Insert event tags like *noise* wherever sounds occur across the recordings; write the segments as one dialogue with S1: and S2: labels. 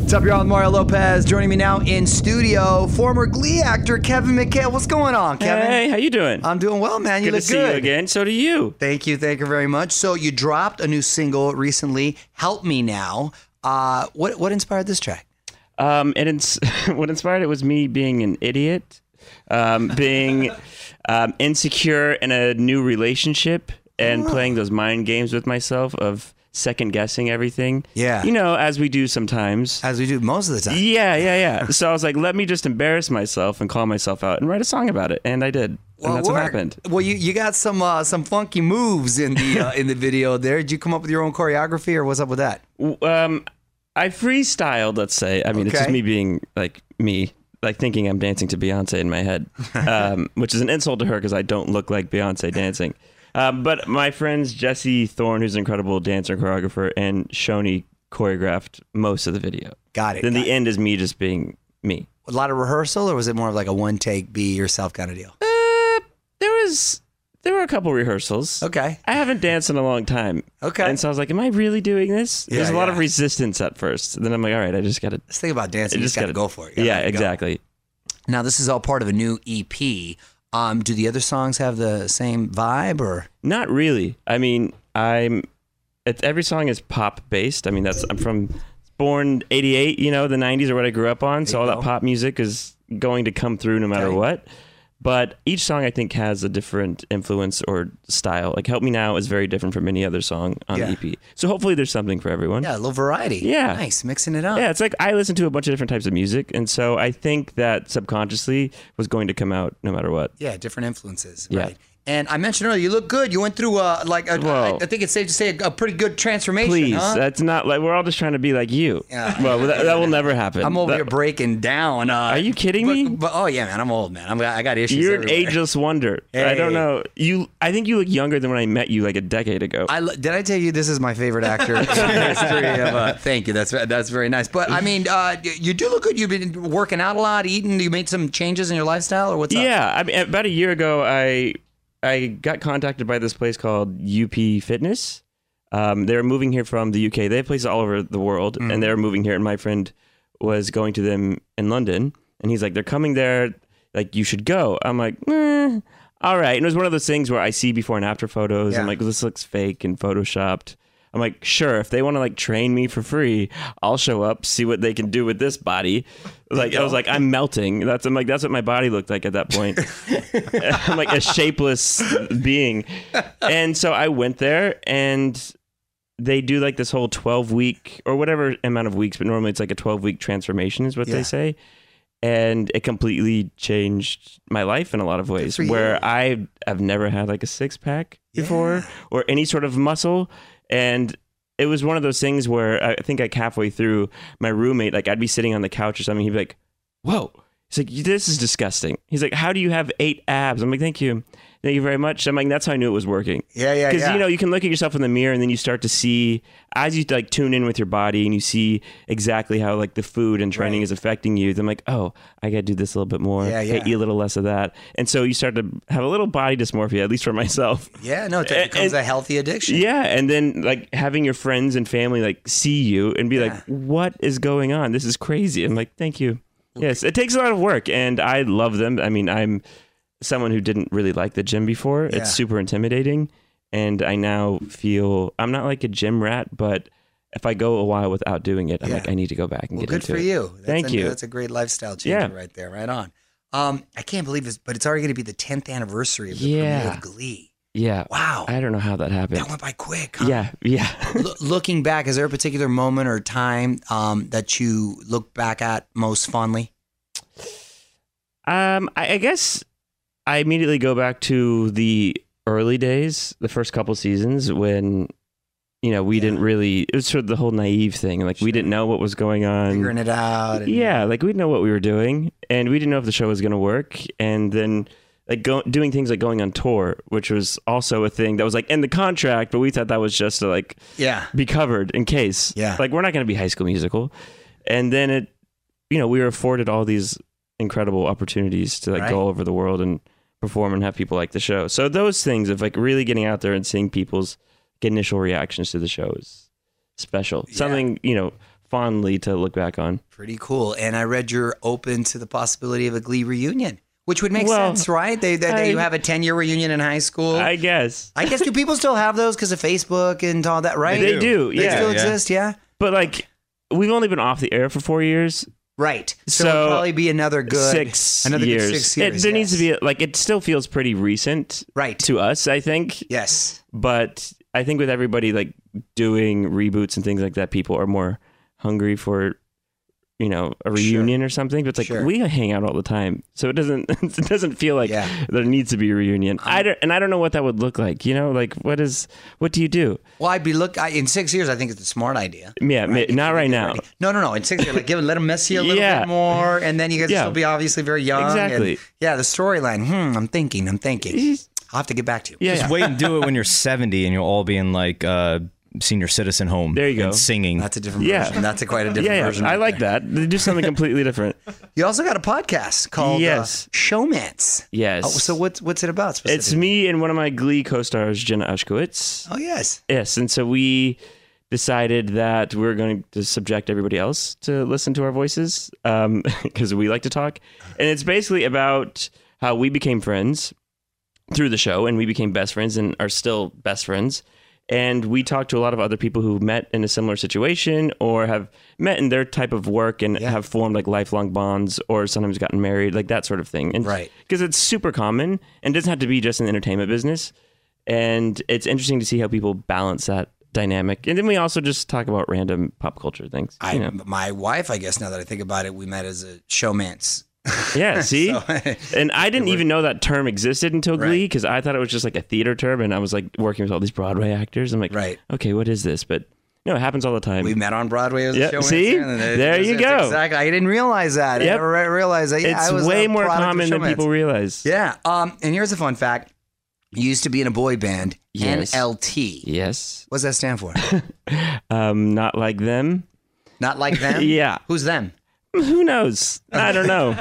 S1: What's up, y'all? I'm Mario Lopez. Joining me now in studio, former Glee actor Kevin McHale. What's going on, Kevin?
S2: Hey, how you doing?
S1: I'm doing well, man. You
S2: good to
S1: look
S2: see
S1: good
S2: you again. So do you.
S1: Thank you, thank you very much. So you dropped a new single recently, "Help Me Now." Uh, what what inspired this track?
S2: Um, it ins- *laughs* what inspired it was me being an idiot, um,
S1: *laughs*
S2: being um, insecure in a new relationship, and
S1: Ah.
S2: playing those mind games with myself of second guessing everything.
S1: Yeah. Uh,
S2: you know, as we do sometimes.
S1: As we do most of the time.
S2: yeah, yeah,
S1: *laughs*
S2: yeah. So I was like, let me just embarrass myself and call myself out and write a song about it, and I did.
S1: Well,
S2: and that's
S1: it
S2: what
S1: worked.
S2: happened.
S1: Well, you, you got some uh, some funky moves in the uh, in the video there. Did you come up with your own choreography, or what's up with that?
S2: um I freestyled, let's say. I mean, it's just
S1: Okay.
S2: me being like me, like thinking I'm dancing to Beyonce in
S1: *laughs*
S2: my head, um, which is an insult to her because I don't look like Beyonce dancing. Um, but my friends Jesse Thorne, who's an incredible dancer and choreographer, and Shoni choreographed most of the video.
S1: Got it,
S2: Then
S1: got
S2: the end is me just being me.
S1: A lot of rehearsal, or was it more of like a one take, be yourself kind of deal?
S2: There was there were a couple rehearsals.
S1: Okay.
S2: I haven't danced in a long time.
S1: Okay.
S2: And so I was like, Am I really doing this?
S1: Yeah,
S2: There's a lot
S1: yeah.
S2: of resistance at first. Then I'm like, all right, I just gotta
S1: Let's think about dancing.
S2: I
S1: You just got to go for it. You gotta
S2: yeah,
S1: let it go.
S2: exactly.
S1: Now, this is all part of a new EP. Um, do the other songs have the same vibe, or
S2: Not really. I mean, I'm. It's, every song is pop based. I mean, that's I'm from born '88. You know, the '90s are what I grew up on. So all that pop music is going to come through no matter
S1: Okay.
S2: what. But each song I think has a different influence or style. Like "Help Me Now" is very different from any other song on
S1: Yeah.
S2: the EP. So hopefully there's something for everyone.
S1: yeah, a little variety?
S2: Yeah.
S1: nice mixing it up.
S2: Yeah, it's like I listen to a bunch of different types of music, and so I think that subconsciously was going to come out no matter what.
S1: Yeah, different influences.
S2: Yeah.
S1: Right. And I mentioned earlier, you look good. You went through uh, like a, I,
S2: Well-
S1: I think it's safe to say a, a pretty good transformation.
S2: Please,
S1: huh?
S2: that's not like we're all just trying to be like you.
S1: Yeah.
S2: Well, that, that will never happen.
S1: I'm over
S2: That-
S1: here breaking down. Uh,
S2: Are you kidding
S1: but,
S2: me?
S1: But oh yeah, man, I'm old, man. I'm, I got issues.
S2: You're
S1: everywhere.
S2: an ageless wonder. I
S1: Hey.
S2: don't know. You I think you look younger than when I met you like a decade ago.
S1: *laughs* I lo- did I tell you this is my favorite actor?
S2: *laughs*
S1: in the history of, uh, thank you. That's that's very nice. But I mean, uh, y- you do look good. You've been working out a lot, eating. You made some changes in your lifestyle, or what's up?
S2: yeah, I mean about a year ago I I got contacted by this place called UP Fitness. Um, they're moving here from the UK. They have places all over the world and they're moving here and my friend was going to them in London and he's like they're coming there like you should go. I'm like, eh, all right. And it was one of those things where I see before and after photos.
S1: Yeah.
S2: I'm like, this looks fake and photoshopped. I'm like, sure, if they want to like train me for free, I'll show up, see what they can do with this body. Like I was like, I'm melting. That's I'm like, that's what my body looked like at that point. *laughs* I'm like a shapeless being. And so I went there and they do like this whole 12 week or whatever amount of weeks, but normally it's like a 12 week transformation, is what
S1: Yeah.
S2: they say. And it completely changed my life in a lot of ways
S1: for you.
S2: where I have never had like a six pack before or any sort of muscle. And it was one of those things where I think like halfway through, my roommate, like I'd be sitting on the couch or something, he'd be like, whoa. He's like, this is disgusting. He's like, how do you have eight abs? I'm like, thank you. Thank you very much. I'm like, that's how I knew it was working.
S1: Yeah, yeah,
S2: Because,
S1: yeah.
S2: you know, you can look at yourself in the mirror and then you start to see, as you like tune in with your body and you see exactly how like the food and training is affecting you, then like, oh, I got to do this a little bit more.
S1: Yeah,
S2: I
S1: yeah.
S2: eat a little less of that. And so you start to have a little body dysmorphia, at least for myself.
S1: Yeah, no, it
S2: And-
S1: becomes a
S2: and-
S1: healthy addiction.
S2: Yeah, and then like having your friends and family like see you and be like, "What is going on? This is crazy." I'm like, "Thank you." Yes, it takes a lot of work, and I love them. I mean, I'm someone who didn't really like the gym before.
S1: Yeah.
S2: It's super intimidating, and I now feel I'm not like a gym rat, but if I go a while without doing it, I'm
S1: Yeah.
S2: like, I need to go back and
S1: Well,
S2: get
S1: good
S2: into
S1: for
S2: it.
S1: you. That's
S2: Thank
S1: a,
S2: you.
S1: That's a great lifestyle changer
S2: Yeah.
S1: right there. Right on. Um, I can't believe this, but it's already going to be the 10th anniversary of the premiere
S2: Yeah.
S1: of Glee.
S2: Yeah.
S1: Wow.
S2: I don't know how that happened.
S1: That went by quick. Huh?
S2: yeah. Yeah.
S1: Lo- looking back, is there a particular moment or time um, that you look back at most fondly?
S2: Um, I, I guess I immediately go back to the early days, the first couple seasons when you know we didn't really. It was sort of the whole naive thing. Like we didn't know what was going on.
S1: Figuring it out. and-
S2: Yeah, like we didn't know what we were doing, and we didn't know if the show was going to work. And then like go, doing things like going on tour, which was also a thing that was like in the contract, but we thought that was just to like
S1: Yeah.
S2: be covered in case.
S1: Yeah.
S2: Like we're not going to be High School Musical, and then it, you know, we were afforded all these incredible opportunities to like
S1: Right.
S2: go all over the world and perform and have people like the show. So those things of like really getting out there and seeing people's initial reactions to the show is special. Something you know fondly to look back on.
S1: Pretty cool. And I read you're open to the possibility of a Glee reunion, which would make
S2: Well,
S1: sense, right? They, they, they- you
S2: I-
S1: have a 10 year reunion in high school.
S2: I guess,
S1: I guess do people still have those because of Facebook and all that, right?
S2: They do,
S1: They
S2: yeah.
S1: still
S3: Yeah.
S1: exist, yeah.
S2: but like we've only been off the air for four years.
S1: Right. So,
S2: So,
S1: it'll probably be another good
S2: six
S1: another
S2: years.
S1: good six
S2: It-
S1: years.
S2: there
S1: yes.
S2: needs to be a- like it still feels pretty recent
S1: right.
S2: to us. I think
S1: Yes.
S2: but I think with everybody like doing reboots and things like that, people are more hungry for you know a reunion or something. But it's like
S1: Sure.
S2: we hang out all the time, so it doesn't *laughs* it doesn't feel like
S1: Yeah.
S2: there needs to be a reunion. I don't, and I don't know what that would look like. You know, like what is what do you do?
S1: Well, I'd be look I, in six years. I think it's a smart idea.
S2: Yeah, ma- not right now.
S1: Already- No, no, no. In six years, like give, let them mess you a little
S2: Yeah.
S1: bit more, and then you guys
S2: Yeah.
S1: will be obviously very young. and-
S2: Exactly.
S1: yeah, the storyline. Hmm. I'm thinking. I'm thinking. I'll have to get back to you.
S2: Yeah,
S3: Just
S2: yeah.
S3: wait and do it when you're 70 and you'll all be in like uh, senior citizen home.
S2: There you go.
S3: And singing.
S1: That's a different
S2: Yeah.
S1: version. That's a quite
S2: *laughs*
S1: a different
S2: yeah, yeah.
S1: version.
S2: I
S1: right
S2: like
S1: there.
S2: that. They do something completely different.
S1: You also got a podcast called
S2: Yes.
S1: uh, Showmance.
S2: Yes.
S1: Oh, so what's what's it about?
S2: It's
S1: specifically?
S2: me and one of my Glee co-stars, Jenna Ushkowitz.
S1: Oh yes.
S2: Yes, and so we decided that we were going to subject everybody else to listen to our voices *laughs* because we like to talk, and it's basically about how we became friends through the show, and we became best friends and are still best friends. And we talk to a lot of other people who met in a similar situation or have met in their type of work and have formed like lifelong bonds or sometimes gotten married, like that sort of thing. And
S1: Right.
S2: Because it's super common and doesn't have to be just in the entertainment business. And it's interesting to see how people balance that dynamic. And then we also just talk about random pop culture things.
S1: I, *laughs*
S2: you know.
S1: my wife, I guess, now that I think about it, we met as a showmance. *laughs*
S2: Yeah, see?
S1: So-
S2: and I didn't even know that term existed until Glee because I thought it was just like a theater term. And I was like working with all these Broadway actors. I'm like,
S1: Right.
S2: okay, what is this? But no, it happens all the time.
S1: We met on Broadway as
S2: Yeah,
S1: a showmance.
S2: see?
S1: and it-
S2: There you
S1: it's
S2: go.
S1: Exactly. I didn't realize that. I
S2: Yep.
S1: never re- realized that. Yeah, I was
S2: it's
S1: a
S2: way more
S1: product of
S2: common than
S1: showmance.
S2: people realize.
S1: Yeah. Um, and here's a fun fact. You used to be in a boy band,
S2: Yes.
S1: NLT.
S2: Yes.
S1: What's that stand for? *laughs*
S2: Um, not like them.
S1: Not like them?
S2: *laughs* Yeah.
S1: Who's them?
S2: Who knows? I
S1: *laughs*
S2: don't know.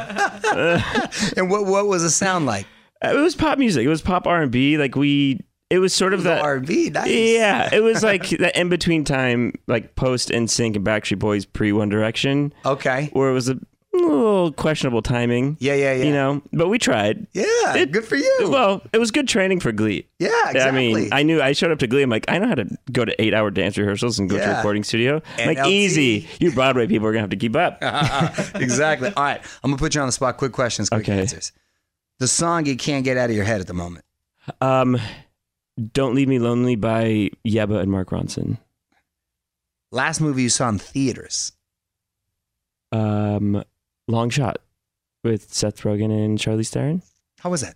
S1: And what what was the sound like?
S2: *laughs* it was pop music. It was pop R and B. Like we, it was sort of that.
S1: R&B. Nice.
S2: Yeah, it was like *laughs* that in between time, like post NSYNC and Backstreet Boys pre One Direction,
S1: Okay.
S2: where it was a a little questionable timing.
S1: Yeah, yeah, yeah.
S2: You know, but we tried.
S1: Yeah,
S2: It-
S1: good for you.
S2: Well, it was good training for Glee.
S1: Yeah,
S2: I mean,
S1: exactly.
S2: I knew I showed up to Glee. I'm like, I know how to go to eight hour dance rehearsals and go to
S1: Yeah.
S2: a recording studio. I'm Like,
S1: NLT.
S2: easy. You Broadway people are going to have to keep up.
S1: *laughs* exactly. All right, I'm gonna put you on the spot. Quick questions, quick
S2: Okay.
S1: answers. The song you can't get out of your head at the moment.
S2: Um, Don't Leave Me Lonely by Yeba and Mark Ronson.
S1: Last movie you saw in theaters.
S2: Um, Long Shot with Seth Rogen and Charlize Theron. It
S1: How was that?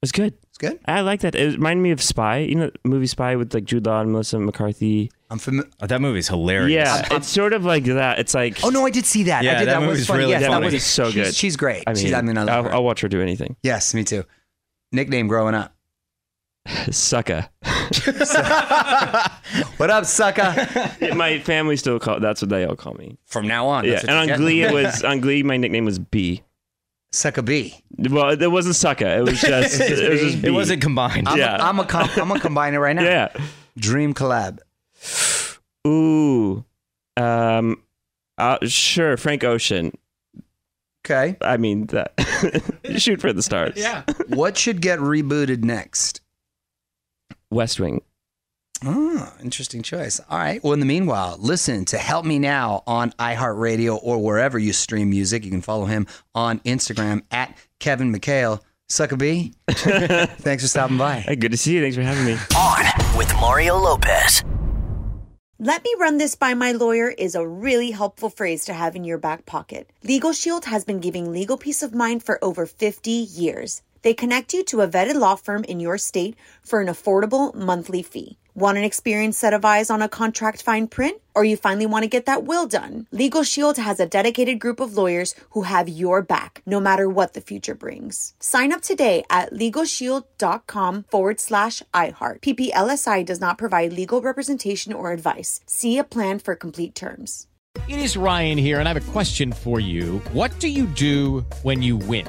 S2: was good.
S1: It's good.
S2: I like that. It reminded me of Spy, you know, the movie Spy with like Jude Law and Melissa McCarthy.
S1: I'm familiar.
S3: Oh, that movie's hilarious.
S2: Yeah,
S1: I'm- I'm-
S2: it's sort of like that. It's like
S1: Oh no, I did see that. I
S3: Yeah,
S1: did.
S3: that
S1: was
S3: movie's
S1: funny.
S3: really
S1: yes, That
S3: funny.
S1: was,
S2: She's so
S1: she's-
S2: good.
S1: She's great.
S2: I mean,
S1: she's, I mean, I love
S2: will
S1: her.
S2: I'll watch her do anything.
S1: Yes, me too. Nickname growing up.
S2: Sucka.
S1: What up,
S2: *laughs*
S1: sucker?
S2: *laughs* My family still call. That's what they all call me.
S1: From now on,
S2: Yeah,
S1: that's what
S2: and
S1: you
S2: on
S1: get.
S2: Glee
S1: *laughs*
S2: it was on Glee. My nickname was B.
S1: sucker B.
S2: Well, it wasn't Sucka. It
S1: *laughs*
S2: was just it was just B.
S3: It wasn't combined.
S1: I'm
S2: Yeah.
S1: a, I'm a com- I'm gonna combine it right now.
S2: *laughs* Yeah.
S1: Dream collab.
S2: Ooh. Um. Uh, sure, Frank Ocean.
S1: Okay.
S2: I mean, that *laughs* shoot for the stars.
S1: what should get rebooted next?
S2: West Wing.
S1: Oh, interesting choice. All right. Well, in the meanwhile, listen to Help Me Now on iHeartRadio or wherever you stream music. You can follow him on Instagram at Kevin McHale. Sucker B, *laughs* thanks for stopping by.
S2: Hey, good to see you. Thanks for having me.
S4: On with Mario Lopez.
S5: Let me run this by my lawyer is a really helpful phrase to have in your back pocket. Legal Shield has been giving legal peace of mind for over 50 years. They connect you to a vetted law firm in your state for an affordable monthly fee. Want an experienced set of eyes on a contract fine print? Or you finally want to get that will done? Legal Shield has a dedicated group of lawyers who have your back no matter what the future brings. Sign up today at LegalShield.com forward slash iHeart. PPLSI does not provide legal representation or advice. See a plan for complete terms.
S6: It is Ryan here, and I have a question for you. What do you do when you win?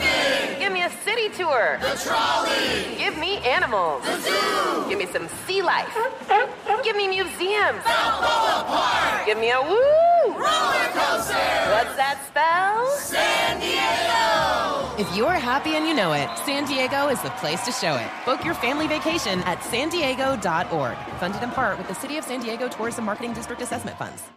S7: Give me a city tour. The trolley. Give me animals. The zoo. Give me some sea life. Give me museums. Balboa Park. Give me a woo. Roller coaster. What's that spell? San Diego. If you're happy and you know it, San Diego is the place to show it. Book your family vacation at san diego.org. Funded in part with the City of San Diego Tourism Marketing District Assessment Funds.